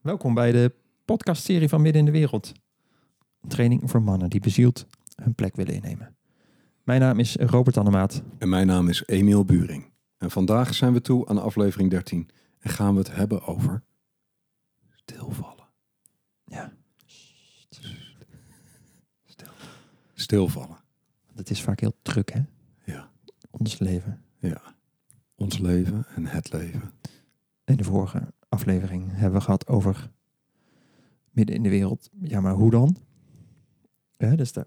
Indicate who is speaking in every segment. Speaker 1: Welkom bij de podcastserie van Midden in de Wereld. Een training voor mannen die bezield hun plek willen innemen. Mijn naam is Robert Annemaat.
Speaker 2: En mijn naam is Emiel Buring. En vandaag zijn we toe aan aflevering 13. En gaan we het hebben over stilvallen.
Speaker 1: Ja.
Speaker 2: Stil. Stilvallen.
Speaker 1: Het is vaak heel druk, hè?
Speaker 2: Ja.
Speaker 1: Ons leven.
Speaker 2: Ja. Ons leven en het leven.
Speaker 1: In de vorige aflevering hebben we gehad over midden in de wereld. Ja, maar hoe dan? Hè, dus daar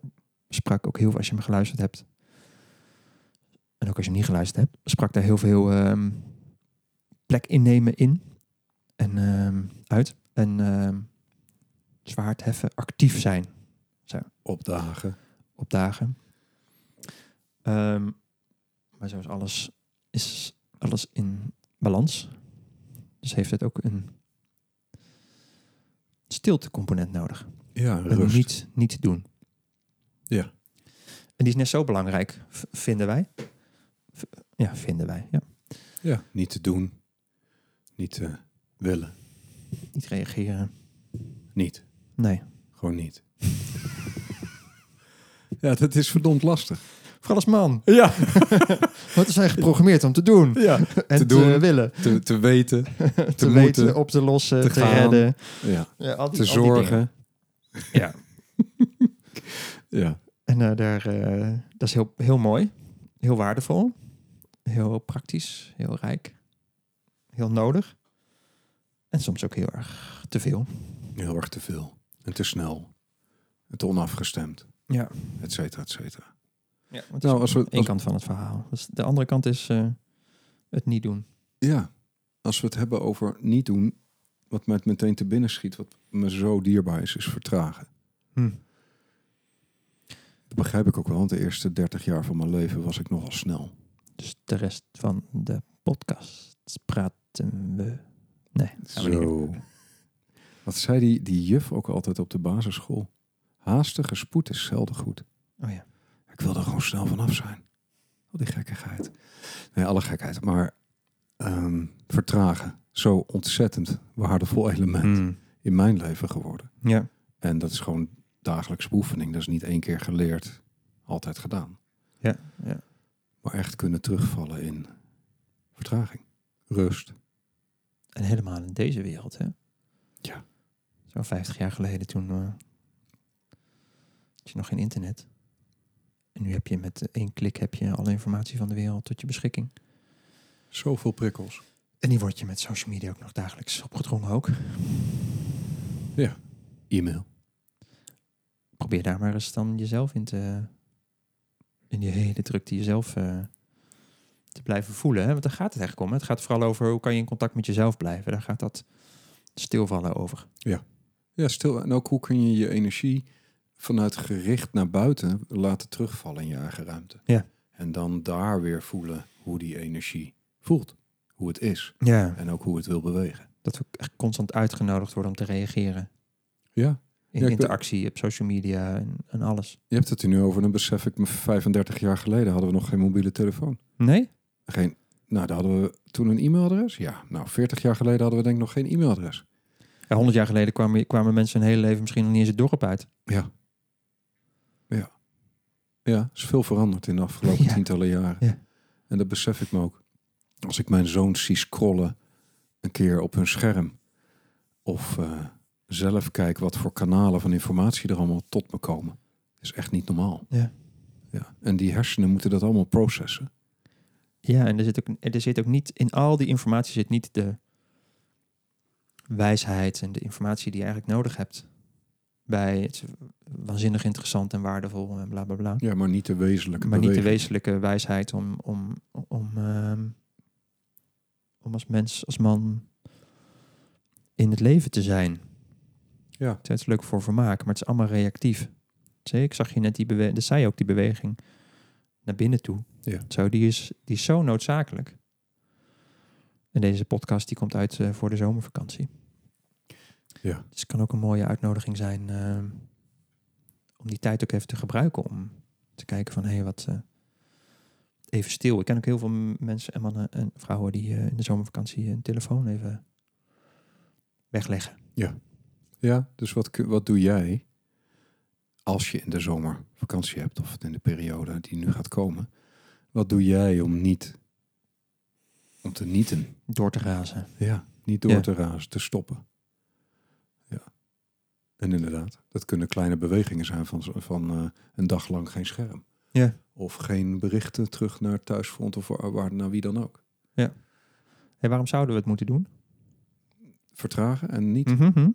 Speaker 1: sprak ook heel veel, als je me geluisterd hebt. En ook als je hem niet geluisterd hebt, sprak daar heel veel ehm, plek innemen in. En ehm, uit. En ehm zwaard heffen, actief zijn
Speaker 2: Opdagen.
Speaker 1: op dagen. Ehm, maar zoals alles is alles in balans. Dus heeft het ook een stiltecomponent nodig.
Speaker 2: Ja,
Speaker 1: En
Speaker 2: rust.
Speaker 1: niet, niet doen.
Speaker 2: Ja.
Speaker 1: En die is net zo belangrijk, v- vinden wij. V- ja, vinden wij. Ja.
Speaker 2: Ja. Niet te doen. Niet te willen.
Speaker 1: Niet reageren.
Speaker 2: Niet.
Speaker 1: Nee.
Speaker 2: Gewoon niet. ja, dat is verdomd lastig.
Speaker 1: Vooral als man.
Speaker 2: Ja.
Speaker 1: Wat is hij geprogrammeerd om te doen?
Speaker 2: ja.
Speaker 1: En te,
Speaker 2: doen,
Speaker 1: willen.
Speaker 2: Te, te weten.
Speaker 1: Te,
Speaker 2: moeten,
Speaker 1: weten, op te lossen, te,
Speaker 2: te gaan,
Speaker 1: redden.
Speaker 2: Ja.
Speaker 1: Ja, al die-
Speaker 2: Te
Speaker 1: al die dingen.
Speaker 2: zorgen.
Speaker 1: Ja.
Speaker 2: Ja.
Speaker 1: En eh, daar, eh, dat is heel, heel mooi, heel waardevol, heel praktisch, heel rijk, heel nodig. En soms ook heel erg te veel.
Speaker 2: Heel erg te veel. En te snel. En te onafgestemd.
Speaker 1: Ja.
Speaker 2: Et cetera, et cetera.
Speaker 1: Ja, want dat
Speaker 2: Nou,
Speaker 1: is
Speaker 2: als we,
Speaker 1: één
Speaker 2: als-
Speaker 1: kant van het verhaal. Dus de andere kant is eh, het niet doen.
Speaker 2: ja, als we het hebben over niet doen, wat mij het meteen te binnen schiet, wat me zo dierbaar is, is vertragen. Dat begrijp ik ook wel, want de eerste 30 jaar van mijn leven was ik nogal snel.
Speaker 1: Dus de rest van de podcast praten we. Nee, gaan we niet doen.
Speaker 2: Zo. Wat zei die, die juf ook altijd op de basisschool? Haastige spoed is zelden goed.
Speaker 1: Oh ja.
Speaker 2: Ik wil er gewoon snel vanaf zijn. Al die gekkigheid. Nee, alle gekheid. Maar ehm, vertragen. Zo ontzettend waardevol element
Speaker 1: Hm.
Speaker 2: in mijn leven geworden.
Speaker 1: Ja.
Speaker 2: En dat is gewoon dagelijks oefening. Dat is niet één keer geleerd, altijd gedaan.
Speaker 1: Ja, ja.
Speaker 2: Maar echt kunnen terugvallen in vertraging. Rust.
Speaker 1: En helemaal in deze wereld, hè?
Speaker 2: Ja.
Speaker 1: Zo 50 jaar geleden toen eh, had je nog geen internet. En nu heb je met eh, één klik heb je alle informatie van de wereld tot je beschikking.
Speaker 2: Zoveel prikkels.
Speaker 1: En die word je met social media ook nog dagelijks opgedrongen ook.
Speaker 2: E-mail.
Speaker 1: Probeer daar maar eens dan jezelf in te... In die hele drukte jezelf eh, te blijven voelen. Hè? Want daar gaat het eigenlijk om. Hè? Het gaat vooral over hoe kan je in contact met jezelf blijven. Daar gaat dat stilvallen over.
Speaker 2: Ja, stil. En ook hoe kun je je energie vanuit gericht naar buiten laten terugvallen in je eigen ruimte.
Speaker 1: Ja.
Speaker 2: En dan daar weer voelen hoe die energie voelt. Hoe het is.
Speaker 1: Ja.
Speaker 2: En ook hoe het wil bewegen.
Speaker 1: Dat we echt constant uitgenodigd worden om te reageren.
Speaker 2: Ja,
Speaker 1: In
Speaker 2: Ja, ik ben-
Speaker 1: interactie, op social media en, en alles.
Speaker 2: Je hebt het er nu over, dan besef ik me 35 jaar geleden hadden we nog geen mobiele telefoon.
Speaker 1: Nee?
Speaker 2: Geen, nou, daar hadden we toen een e-mailadres. Ja, nou, 40 jaar geleden hadden we denk ik nog geen e-mailadres.
Speaker 1: Ja, 100 jaar geleden kwamen, kwamen mensen hun hele leven misschien nog niet eens het dorp uit.
Speaker 2: Ja. Ja. Ja, is veel veranderd in de afgelopen
Speaker 1: Ja.
Speaker 2: tientallen jaren.
Speaker 1: Ja.
Speaker 2: En dat besef ik me ook. Als ik mijn zoons zie scrollen een keer op hun scherm. Of eh, zelf kijk wat voor kanalen van informatie er allemaal tot me komen. is echt niet normaal.
Speaker 1: Ja.
Speaker 2: ja. En die hersenen moeten dat allemaal processen.
Speaker 1: Ja, en er zit ook, er zit ook niet, in al die informatie zit niet de wijsheid en de informatie die je eigenlijk nodig hebt. Bij het is waanzinnig interessant en waardevol en bla bla bla.
Speaker 2: Ja, maar niet de wezenlijke
Speaker 1: Maar niet de
Speaker 2: beweging.
Speaker 1: wezenlijke wijsheid om, om, om, ehm, om als mens, als man in het leven te zijn.
Speaker 2: Ja.
Speaker 1: Het is leuk voor vermaak, maar het is allemaal reactief. Zie, ik zag je net die beweging, dat zei je ook die beweging naar binnen toe.
Speaker 2: Ja.
Speaker 1: Zo, die, is, die is zo noodzakelijk. En deze podcast die komt uit eh, voor de zomervakantie.
Speaker 2: Ja.
Speaker 1: Dus het kan ook een mooie uitnodiging zijn ehm, om die tijd ook even te gebruiken om te kijken van hé, hey, wat eh, even stil. Ik ken ook heel veel m- mensen en mannen en vrouwen die eh, in de zomervakantie hun telefoon even wegleggen.
Speaker 2: Ja, dus wat, kun- wat doe jij als je in de zomer vakantie hebt of in de periode die nu gaat komen? Wat doe jij om niet om te nieten?
Speaker 1: Door te razen.
Speaker 2: Ja, niet door
Speaker 1: Ja.
Speaker 2: te razen, te stoppen. Ja. En inderdaad, dat kunnen kleine bewegingen zijn van, zo- van eh, een dag lang geen scherm.
Speaker 1: Ja.
Speaker 2: Of geen berichten terug naar thuisfront of waar, waar- naar wie dan ook.
Speaker 1: Hé, waarom zouden we het moeten doen?
Speaker 2: Vertragen en niet.
Speaker 1: Mhm.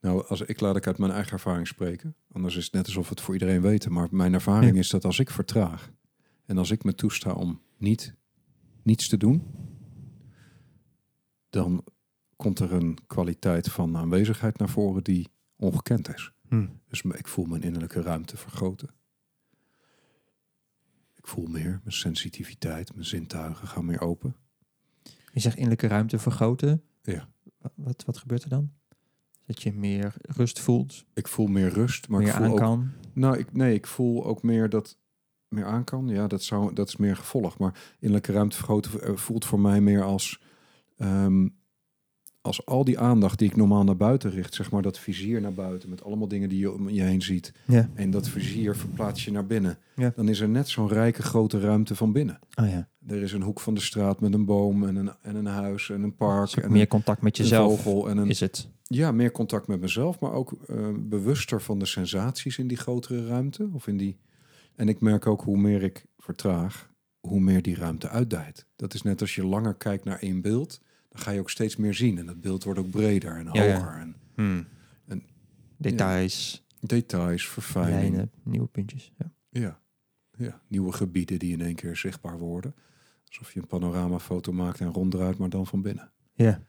Speaker 2: Nou, als ik laat ik uit mijn eigen ervaring spreken. Anders is het net alsof we het voor iedereen weten. Maar mijn ervaring
Speaker 1: Ja.
Speaker 2: is dat als ik vertraag en als ik me toesta om niet, niets te doen, dan komt er een kwaliteit van aanwezigheid naar voren die ongekend is.
Speaker 1: Hm.
Speaker 2: Dus me- ik voel mijn innerlijke ruimte vergroten. Ik voel meer, mijn sensitiviteit, mijn zintuigen gaan meer open.
Speaker 1: Je zegt innerlijke ruimte vergroten.
Speaker 2: Ja.
Speaker 1: Wa- Wat, wat gebeurt er dan? Dat je meer rust voelt,
Speaker 2: Ik voel meer rust, maar
Speaker 1: meer
Speaker 2: ik voel
Speaker 1: aan
Speaker 2: ook
Speaker 1: kan.
Speaker 2: Nou, ik, nee, ik voel ook meer dat meer aan kan. Ja, dat, zou, dat is meer gevolg. Maar innerlijke ruimte vergroten eh, voelt voor mij meer als... ehm, als al die aandacht die ik normaal naar buiten richt, zeg maar dat vizier naar buiten... met allemaal dingen die je om je heen ziet...
Speaker 1: Ja.
Speaker 2: en dat vizier verplaats je naar binnen...
Speaker 1: Ja.
Speaker 2: dan is er net zo'n rijke grote ruimte van binnen.
Speaker 1: Oh ja.
Speaker 2: Er is een hoek van de straat met een boom en een, en een huis en een park...
Speaker 1: Een soort
Speaker 2: en
Speaker 1: meer
Speaker 2: een,
Speaker 1: contact met
Speaker 2: een
Speaker 1: jezelf
Speaker 2: vogel en een,
Speaker 1: is het.
Speaker 2: ja, meer contact met mezelf, maar ook eh, bewuster van de sensaties in die grotere ruimte. Of in die... En ik merk ook hoe meer ik vertraag, hoe meer die ruimte uitdijt. Dat is net als je langer kijkt naar één beeld, dan ga je ook steeds meer zien. En dat beeld wordt ook breder en
Speaker 1: Ja,
Speaker 2: hoger.
Speaker 1: ja.
Speaker 2: En
Speaker 1: En,
Speaker 2: En-
Speaker 1: Details,
Speaker 2: details, verfijning.
Speaker 1: lijnen, nieuwe puntjes. Ja.
Speaker 2: Ja. ja, nieuwe gebieden die in één keer zichtbaar worden. Alsof je een panoramafoto maakt en ronddraait, maar dan van binnen.
Speaker 1: ja.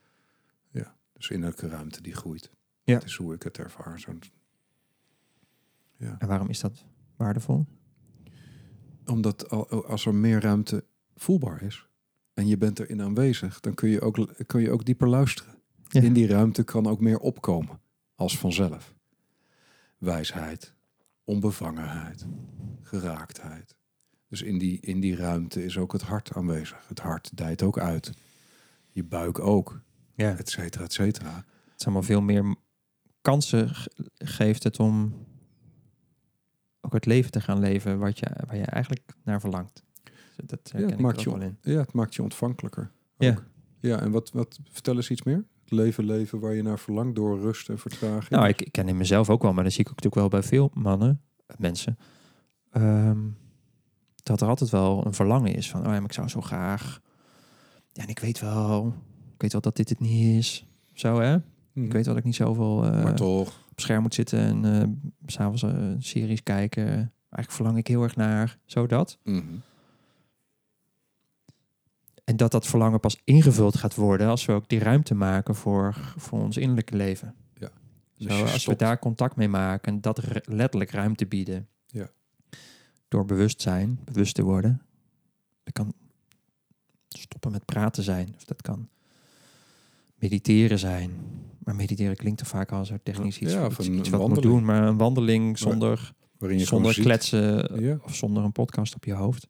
Speaker 2: Dus innerlijke ruimte die groeit.
Speaker 1: Ja.
Speaker 2: Dat is hoe ik het ervaar. Zo'n
Speaker 1: En waarom is dat waardevol?
Speaker 2: Omdat al- als er meer ruimte voelbaar is en je bent erin aanwezig, dan kun je ook, kun je ook dieper luisteren.
Speaker 1: Ja.
Speaker 2: In die ruimte kan ook meer opkomen, als vanzelf. Wijsheid, onbevangenheid, geraaktheid. Dus in die, in die ruimte is ook het hart aanwezig. Het hart dijt ook uit. Je buik ook,
Speaker 1: Ja.
Speaker 2: et cetera, et cetera.
Speaker 1: Het is allemaal veel meer m- kansen ge- geeft het om ook het leven te gaan leven wat je, waar je eigenlijk naar verlangt. Dus Dat herken ik
Speaker 2: maakt
Speaker 1: er
Speaker 2: je
Speaker 1: ook wel in.
Speaker 2: Ja, het maakt je ontvankelijker.
Speaker 1: Ja.
Speaker 2: ook. ja en wat, wat, vertel eens iets meer. Het leven leven waar je naar verlangt door rust en vertraging.
Speaker 1: Nou, ik, ik ken in mezelf ook wel, maar dat zie ik ook natuurlijk wel bij veel mannen, eh, mensen. ehm, dat er altijd wel een verlangen is van, oh ja, maar ik zou zo graag. Ja, en ik weet wel, ik weet wel dat dit het niet is. Zo hè?
Speaker 2: Mhm.
Speaker 1: Ik weet wel dat ik niet zoveel eh,
Speaker 2: maar toch.
Speaker 1: op scherm moet zitten en eh, s s'avonds eh, series kijken. Eigenlijk verlang ik heel erg naar, zo dat.
Speaker 2: mhm.
Speaker 1: En dat dat verlangen pas ingevuld gaat worden als we ook die ruimte maken voor, voor ons innerlijke leven.
Speaker 2: Ja.
Speaker 1: Zo,
Speaker 2: Dus je
Speaker 1: als we
Speaker 2: stopt.
Speaker 1: daar contact mee maken, dat re- letterlijk ruimte bieden.
Speaker 2: Ja.
Speaker 1: Door bewustzijn, bewust te worden. Dat kan stoppen met praten zijn. Of dat kan mediteren zijn. Maar mediteren klinkt er vaak al zo technisch iets,
Speaker 2: Ja, of
Speaker 1: iets,
Speaker 2: een-
Speaker 1: iets
Speaker 2: een
Speaker 1: wat moet
Speaker 2: wandeling.
Speaker 1: doen. Maar een wandeling zonder,
Speaker 2: Waarin je
Speaker 1: zonder
Speaker 2: gewoon ziet-
Speaker 1: kletsen eh,
Speaker 2: Ja.
Speaker 1: of zonder een podcast op je hoofd.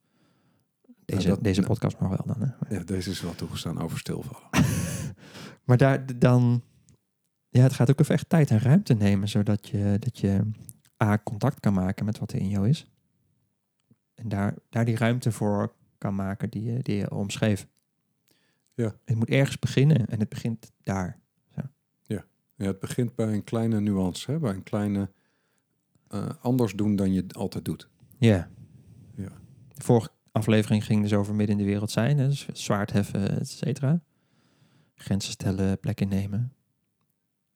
Speaker 1: Deze,
Speaker 2: dat-
Speaker 1: deze
Speaker 2: nou.
Speaker 1: podcast mag wel dan. Hè?
Speaker 2: ja, deze is wel toegestaan over stilvallen.
Speaker 1: Maar daar d- dan... Ja, het gaat ook even echt tijd en ruimte nemen, zodat je, dat je A, contact kan maken met wat er in jou is. En daar, daar die ruimte voor kan maken die je, die je omschreef.
Speaker 2: Ja.
Speaker 1: Het moet ergens beginnen en het begint daar.
Speaker 2: Ja, het begint bij een kleine nuance, hè? bij een kleine eh, anders doen dan je altijd doet.
Speaker 1: Ja.
Speaker 2: Ja.
Speaker 1: De vorige aflevering ging dus over midden in de wereld zijn, hè, dus zwaard heffen, et cetera. Grenzen stellen, plekken nemen.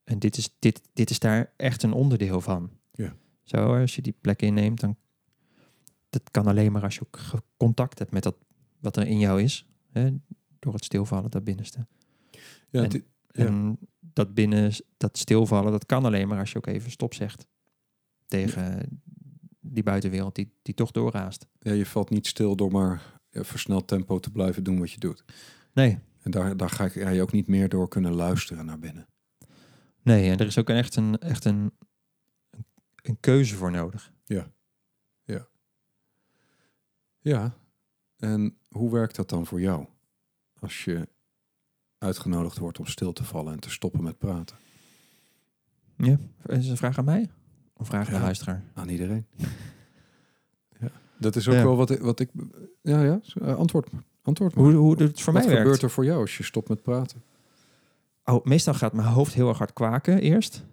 Speaker 1: En dit is, dit, dit is daar echt een onderdeel van.
Speaker 2: Ja.
Speaker 1: Zo, als je die plek inneemt, dan dat kan alleen maar als je ook ge- contact hebt met dat wat er in jou is. Hè, door het stilvallen, dat binnenste. En-
Speaker 2: Ja, het i- Ja.
Speaker 1: En dat binnen, dat stilvallen, dat kan alleen maar als je ook even stop zegt. Tegen die buitenwereld die, die toch doorraast.
Speaker 2: ja, je valt niet stil door maar ja, versneld tempo te blijven doen wat je doet.
Speaker 1: Nee,
Speaker 2: En daar, daar ga ik- ga je ook niet meer door kunnen luisteren naar binnen.
Speaker 1: nee. En er is ook een- echt, een, echt een, een keuze voor nodig.
Speaker 2: Ja, en hoe werkt dat dan voor jou? Als je uitgenodigd wordt om stil te vallen en te stoppen met praten.
Speaker 1: Ja, is het een vraag aan mij? Of een vraag aan
Speaker 2: Ja.
Speaker 1: de luisteraar?
Speaker 2: Aan iedereen. ja. Dat is ook
Speaker 1: Ja.
Speaker 2: wel wat ik, wat ik... Ja, ja, eh, antwoord, antwoord maar.
Speaker 1: Hoe, hoe het voor
Speaker 2: wat
Speaker 1: mij werkt?
Speaker 2: gebeurt er voor jou als je stopt met praten?
Speaker 1: Oh, meestal gaat mijn hoofd heel erg hard kwaken eerst.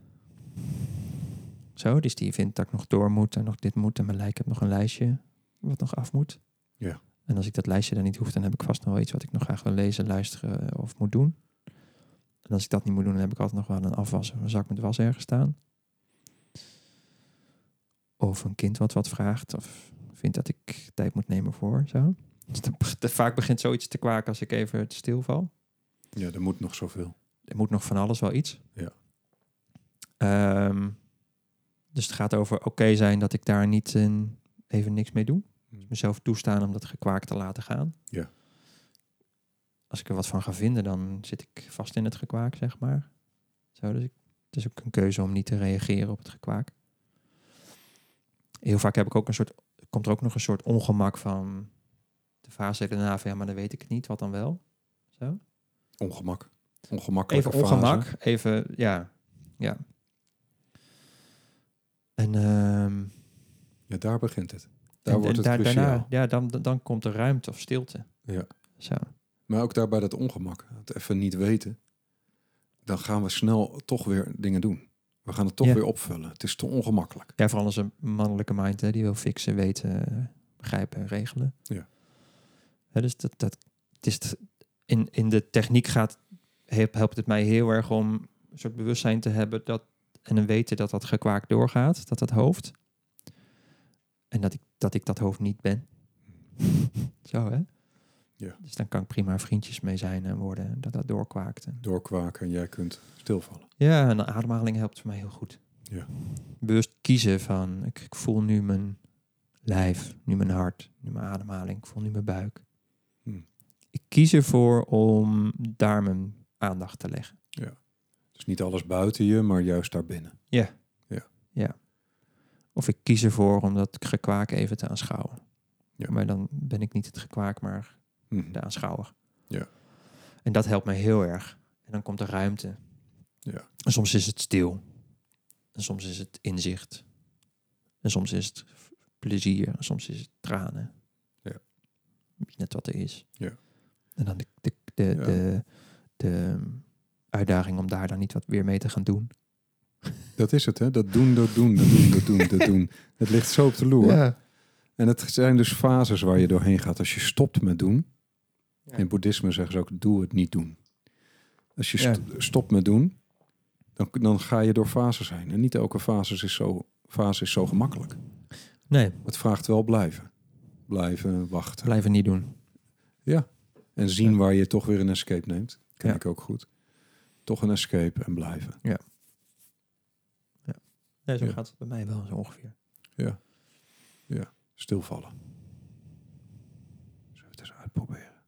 Speaker 1: Zo, dus die vindt dat ik nog door moet en nog dit moet. En mijn lijk heb nog een lijstje wat nog af moet.
Speaker 2: Ja.
Speaker 1: En als ik dat lijstje dan niet hoef, dan heb ik vast nog wel iets wat ik nog graag wil lezen, luisteren eh, of moet doen. En als ik dat niet moet doen, dan heb ik altijd nog wel een afwas of een zak met was ergens staan. Of een kind wat wat vraagt of vindt dat ik tijd moet nemen voor. Zo. Dus dan beg- vaak begint zoiets te kwaken als ik even stilval.
Speaker 2: Ja, er moet nog zoveel.
Speaker 1: Er moet nog van alles wel iets.
Speaker 2: Ja.
Speaker 1: Ehm, dus het gaat over oké zijn dat ik daar niet in, even niks mee doe. Dus mezelf toestaan om dat gekwaak te laten gaan.
Speaker 2: Ja.
Speaker 1: Als ik er wat van ga vinden, dan zit ik vast in het gekwaak, zeg maar. Zo, dus ik, het is ook een keuze om niet te reageren op het gekwaak. Heel vaak heb ik ook een soort, komt er ook nog een soort ongemak van de fase daarna van ja, maar dan weet ik het niet, wat dan wel.
Speaker 2: Ongemak. Ongemakkelijke
Speaker 1: Even
Speaker 2: fase.
Speaker 1: ongemak, even, ja. ja. En, ehm,
Speaker 2: Ja, daar begint het.
Speaker 1: en-
Speaker 2: Daar wordt
Speaker 1: en
Speaker 2: het
Speaker 1: daar-
Speaker 2: cruciaal.
Speaker 1: ja, dan, dan- dan komt er ruimte of stilte.
Speaker 2: Ja.
Speaker 1: Zo.
Speaker 2: Maar ook daarbij dat ongemak, het even niet weten, dan gaan we snel toch weer dingen doen. We gaan het toch
Speaker 1: Ja.
Speaker 2: weer opvullen. Het is te ongemakkelijk.
Speaker 1: Ja, vooral als een mannelijke mind, hè, die wil fixen, weten, begrijpen en regelen.
Speaker 2: Ja.
Speaker 1: Hè, dus dat, dat het is t- in, in de techniek gaat, help- helpt het mij heel erg om een soort bewustzijn te hebben dat, en een weten dat dat gekwaak doorgaat, dat dat hoofd. En dat ik dat, ik dat hoofd niet ben. Zo, hè?
Speaker 2: Ja.
Speaker 1: Dus dan kan ik prima vriendjes mee zijn en worden, en dat dat doorkwaakt. En
Speaker 2: Doorkwaken en jij kunt stilvallen.
Speaker 1: ja, en de ademhaling helpt voor mij heel goed.
Speaker 2: Ja.
Speaker 1: Bewust kiezen van, ik, ik voel nu mijn lijf, nu mijn hart, nu mijn ademhaling, ik voel nu mijn buik.
Speaker 2: Hmm.
Speaker 1: Ik kies ervoor om daar mijn aandacht te leggen.
Speaker 2: Dus niet alles buiten je, maar juist daarbinnen.
Speaker 1: Of ik kies ervoor om dat gekwaak even te aanschouwen.
Speaker 2: Ja.
Speaker 1: Maar dan ben ik niet het gekwaak, maar
Speaker 2: Mhm.
Speaker 1: de aanschouwer.
Speaker 2: Ja.
Speaker 1: En dat helpt mij heel erg. En dan komt er ruimte.
Speaker 2: Ja.
Speaker 1: En soms is het stil. En soms is het inzicht. En soms is het f- plezier. En soms is het tranen.
Speaker 2: Ja.
Speaker 1: Net wat er is.
Speaker 2: Ja.
Speaker 1: En dan de, de, de,
Speaker 2: Ja.
Speaker 1: de, de uitdaging om daar dan niet wat weer mee te gaan doen.
Speaker 2: Dat is het, hè? Dat doen, dat doen, dat doen, dat doen, dat doen. Het ligt zo op de loer. En het zijn dus fases waar je doorheen gaat. Als je stopt met doen,
Speaker 1: Ja.
Speaker 2: in boeddhisme zeggen ze ook doe het niet doen. Als je
Speaker 1: Ja.
Speaker 2: st- stopt met doen, dan, dan ga je door fases heen. En niet elke fase is zo, fase is zo gemakkelijk.
Speaker 1: Nee,
Speaker 2: Het vraagt wel blijven. Blijven wachten.
Speaker 1: blijven niet doen.
Speaker 2: En zien waar je toch weer een escape neemt. Ken
Speaker 1: Ja.
Speaker 2: ik ook goed. Toch een escape en blijven.
Speaker 1: Nee, zo
Speaker 2: Ja.
Speaker 1: gaat het bij mij wel zo ongeveer.
Speaker 2: Stilvallen. Zullen we het eens uitproberen?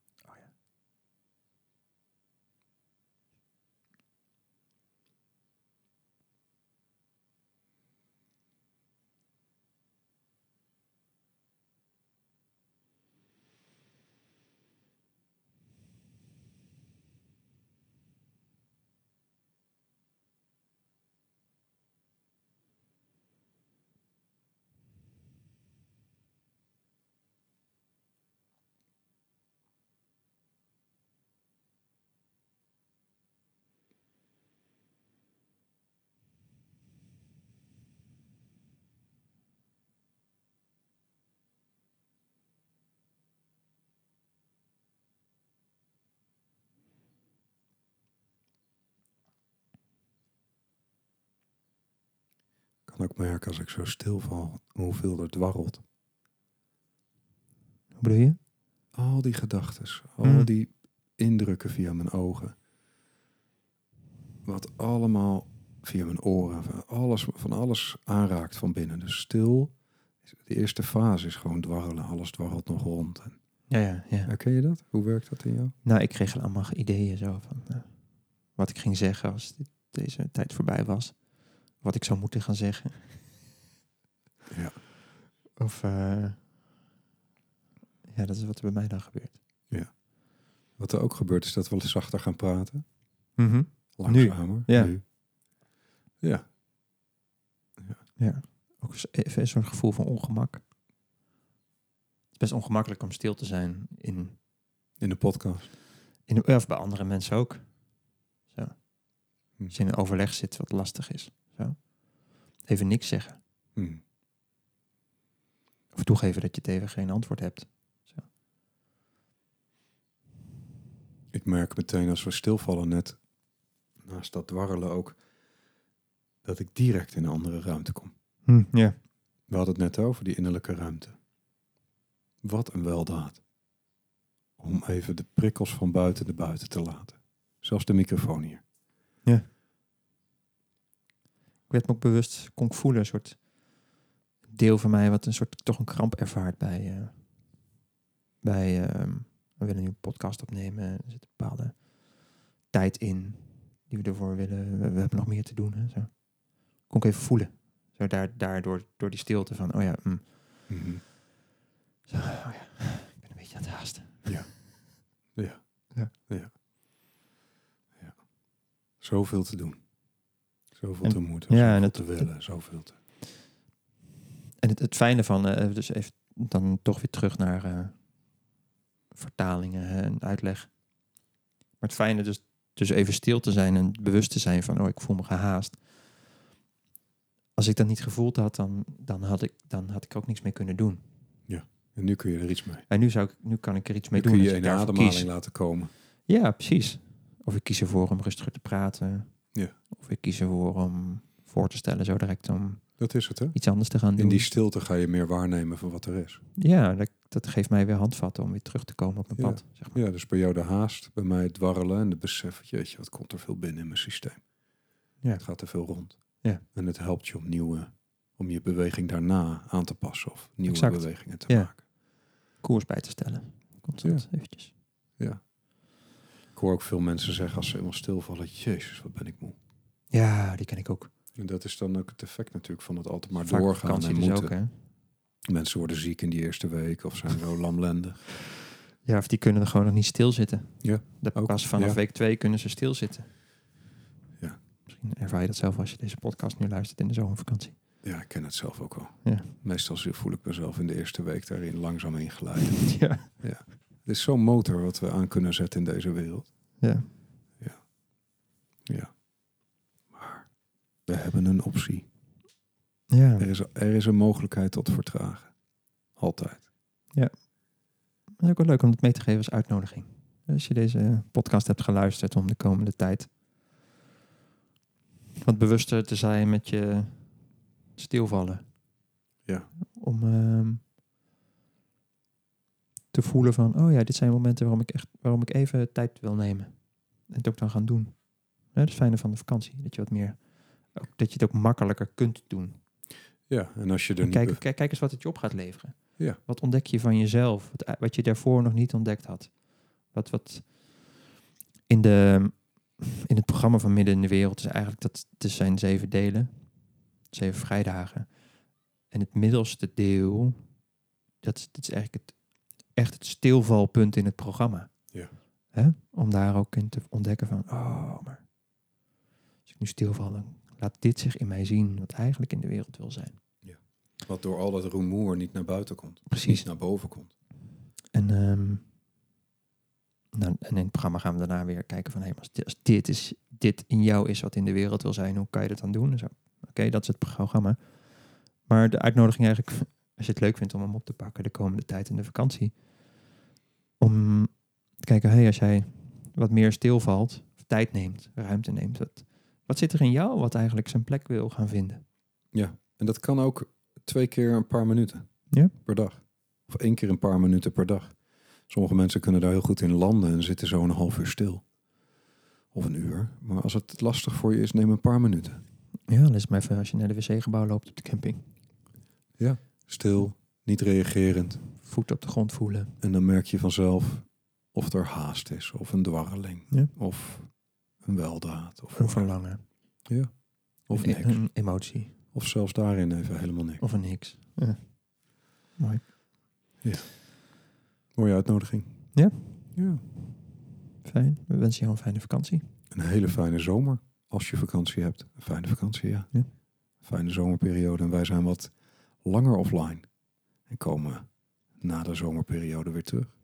Speaker 2: Ik kan ook merken als ik zo stilval hoeveel er dwarrelt.
Speaker 1: Hoe bedoel je?
Speaker 2: Al die gedachten, al
Speaker 1: Mm.
Speaker 2: die indrukken via mijn ogen. Wat allemaal via mijn oren, van alles, van alles aanraakt van binnen. Dus stil, de eerste fase is gewoon dwarrelen. Alles dwarrelt nog rond. En-
Speaker 1: Ja, ja, ja.
Speaker 2: Herken je dat? Hoe werkt dat in jou?
Speaker 1: Nou, ik kreeg allemaal ideeën zo van eh, wat ik ging zeggen als dit- deze tijd voorbij was. Wat ik zou moeten gaan zeggen.
Speaker 2: Ja.
Speaker 1: Of eh, ja, dat is wat er bij mij dan gebeurt.
Speaker 2: Ja. Wat er ook gebeurt is dat we zachter gaan praten.
Speaker 1: Mhm.
Speaker 2: Langzamer.
Speaker 1: Ja.
Speaker 2: Ja.
Speaker 1: Ja, ook eens even zo'n gevoel van ongemak. Het is best ongemakkelijk om stil te zijn in,
Speaker 2: In de podcast.
Speaker 1: in de, of bij andere mensen ook. Zo.
Speaker 2: Hm.
Speaker 1: Als je in een overleg zit wat lastig is. Zo. Even niks zeggen.
Speaker 2: Hm.
Speaker 1: Of toegeven dat je tegen geen antwoord hebt.
Speaker 2: Ik merk meteen als we stilvallen net, naast dat dwarrelen ook, dat ik direct in een andere ruimte kom.
Speaker 1: Hm, ja.
Speaker 2: We hadden het net over die innerlijke ruimte. Wat een weldaad. Om even de prikkels van buiten de buiten te laten. Zelfs de microfoon hier.
Speaker 1: Ik werd me ook bewust, kon ik voelen, een soort deel van mij wat een soort toch een kramp ervaart bij. eh, bij ehm, we willen nu een podcast opnemen. Er zit een bepaalde tijd in die we ervoor willen. We, we hebben nog meer te doen. Hè, zo. Kon ik even voelen. Zo daar, daardoor door die stilte van, oh ja, mm, zo, oh ja, ik ben een beetje aan het haasten.
Speaker 2: Zoveel te doen. Zoveel
Speaker 1: En-
Speaker 2: te moeten.
Speaker 1: ja, en
Speaker 2: zoveel
Speaker 1: het-
Speaker 2: te willen. Zoveel te...
Speaker 1: En het, het fijne van, eh, dus even dan toch weer terug naar eh, vertalingen hè, en uitleg. Maar het fijne dus, dus even stil te zijn en bewust te zijn van, oh, ik voel me gehaast. Als ik dat niet gevoeld had, dan, dan, had, ik, dan had ik ook niks meer kunnen doen.
Speaker 2: En nu kun je er iets mee.
Speaker 1: En nu, zou ik, nu kan ik er iets mee
Speaker 2: nu
Speaker 1: doen.
Speaker 2: kun
Speaker 1: als
Speaker 2: je
Speaker 1: ik
Speaker 2: een
Speaker 1: daarvoor
Speaker 2: ademhaling
Speaker 1: kies.
Speaker 2: laten komen.
Speaker 1: Ja, precies. Of ik kies ervoor om rustiger te praten.
Speaker 2: Ja.
Speaker 1: Of ik kies ervoor om voor te stellen zo direct om
Speaker 2: Dat is het, hè?
Speaker 1: iets anders te gaan doen.
Speaker 2: In die stilte ga je meer waarnemen van wat er is.
Speaker 1: Ja, dat, dat geeft mij weer handvatten om weer terug te komen op mijn
Speaker 2: Ja.
Speaker 1: pad. Zeg maar.
Speaker 2: Ja, dus bij jou de haast, bij mij het dwarrelen en het besef, jeetje, wat komt er veel binnen in mijn systeem.
Speaker 1: Ja.
Speaker 2: Het gaat er veel rond.
Speaker 1: Ja.
Speaker 2: En het helpt je om nieuwe, om je beweging daarna aan te passen of nieuwe
Speaker 1: Exact.
Speaker 2: bewegingen te
Speaker 1: Ja.
Speaker 2: maken.
Speaker 1: Koers bij te stellen. Constant, eventjes.
Speaker 2: Ik hoor ook veel mensen zeggen als ze eenmaal stilvallen, jezus, wat ben ik moe.
Speaker 1: Ja, die ken ik ook.
Speaker 2: En dat is dan ook het effect natuurlijk van het altijd maar
Speaker 1: Vaak op
Speaker 2: doorgaan en
Speaker 1: dus
Speaker 2: moeten.
Speaker 1: hè?
Speaker 2: Mensen worden ziek in die eerste week of zijn zo lamlendig.
Speaker 1: Ja, of die kunnen er gewoon nog niet stilzitten.
Speaker 2: Ja,
Speaker 1: Dat
Speaker 2: ook,
Speaker 1: pas vanaf
Speaker 2: ja.
Speaker 1: week twee kunnen ze stilzitten.
Speaker 2: Ja.
Speaker 1: Misschien ervaar je dat zelf als je deze podcast nu luistert in de zomervakantie.
Speaker 2: Ja, ik ken het zelf ook wel.
Speaker 1: Ja.
Speaker 2: Meestal voel ik mezelf in de eerste week daarin langzaam ingeleid.
Speaker 1: ja.
Speaker 2: Het is zo'n motor wat we aan kunnen zetten in deze wereld.
Speaker 1: ja.
Speaker 2: Ja. Maar we hebben een optie.
Speaker 1: Ja.
Speaker 2: Er is, er is een mogelijkheid tot vertragen. Altijd.
Speaker 1: Dat is ook wel leuk om dat mee te geven als uitnodiging. Als je deze podcast hebt geluisterd om de komende tijd wat bewuster te zijn met je stilvallen.
Speaker 2: Ja.
Speaker 1: Om ehm, te voelen van, oh ja, dit zijn momenten waarom ik, echt, waarom ik even tijd wil nemen. En het ook dan gaan doen. Ja, dat is het fijne van de vakantie. Dat je wat meer, ook, dat je het ook makkelijker kunt doen.
Speaker 2: Ja, en als je er
Speaker 1: En
Speaker 2: niet...
Speaker 1: Kijk,
Speaker 2: be-
Speaker 1: kijk, kijk eens wat het je op gaat leveren.
Speaker 2: Ja.
Speaker 1: Wat ontdek je van jezelf? Wat, eh, wat je daarvoor nog niet ontdekt had. Wat, wat in, de, in het programma van Midden in de Wereld is eigenlijk dat het zijn zeven delen, zeven vrijdagen. En het middelste deel, dat, is- dat is eigenlijk het, echt het stilvalpunt in het programma.
Speaker 2: Ja.
Speaker 1: Hè? Om daar ook in te ontdekken van, oh, maar als ik nu stilval, dan laat dit zich in mij zien wat eigenlijk in de wereld wil zijn.
Speaker 2: Wat door al dat rumoer niet naar buiten komt.
Speaker 1: Precies.
Speaker 2: Niet naar boven komt.
Speaker 1: En, ehm, nou, en in het programma gaan we daarna weer kijken van... Hey, maar als di- als dit, is, dit in jou is wat in de wereld wil zijn, hoe kan je dat dan doen? En zo. Oké, dat is het programma. Maar de uitnodiging eigenlijk, als je het leuk vindt om hem op te pakken... de komende tijd in de vakantie... om te kijken, hey, als jij wat meer stilvalt... of tijd neemt, ruimte neemt... Wat, wat zit er in jou wat eigenlijk zijn plek wil gaan vinden?
Speaker 2: Ja, en dat kan ook twee keer een paar minuten
Speaker 1: Ja.
Speaker 2: per dag. Of één keer een paar minuten per dag. Sommige mensen kunnen daar heel goed in landen en zitten zo een half uur stil. Of een uur. Maar als het lastig voor je is, neem een paar minuten.
Speaker 1: Ja, lees maar even als je naar de wc-gebouw loopt op de camping.
Speaker 2: Stil, niet reagerend.
Speaker 1: Voet op de grond voelen.
Speaker 2: En dan merk je vanzelf of er haast is, of een dwarreling,
Speaker 1: Ja.
Speaker 2: of een weldaad, of,
Speaker 1: Een verlangen.
Speaker 2: Ja. Oh, of
Speaker 1: een,
Speaker 2: niks.
Speaker 1: een emotie.
Speaker 2: Of zelfs daarin even helemaal niks.
Speaker 1: Of een niks. Ja. Mooi.
Speaker 2: Mooie uitnodiging.
Speaker 1: Ja.
Speaker 2: ja.
Speaker 1: Fijn. We wensen jou een fijne vakantie.
Speaker 2: Een hele fijne zomer als je vakantie hebt. Een fijne vakantie, ja.
Speaker 1: Ja.
Speaker 2: Fijne zomerperiode. En wij zijn wat langer offline. En komen na de zomerperiode weer terug.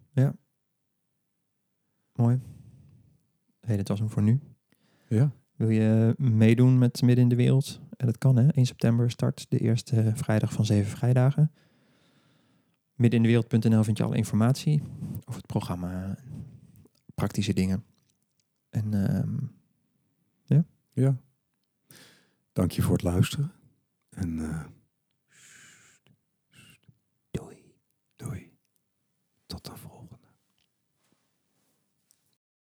Speaker 1: Mooi. Hey, dat was hem voor nu.
Speaker 2: Ja.
Speaker 1: Wil je meedoen met Midden in de Wereld? En dat kan, hè? 1 september start de eerste vrijdag van zeven vrijdagen. Middenindewereld.nl vind je alle informatie over het programma, praktische dingen. En ehm,
Speaker 2: Ja. Dank je voor het luisteren. En eh,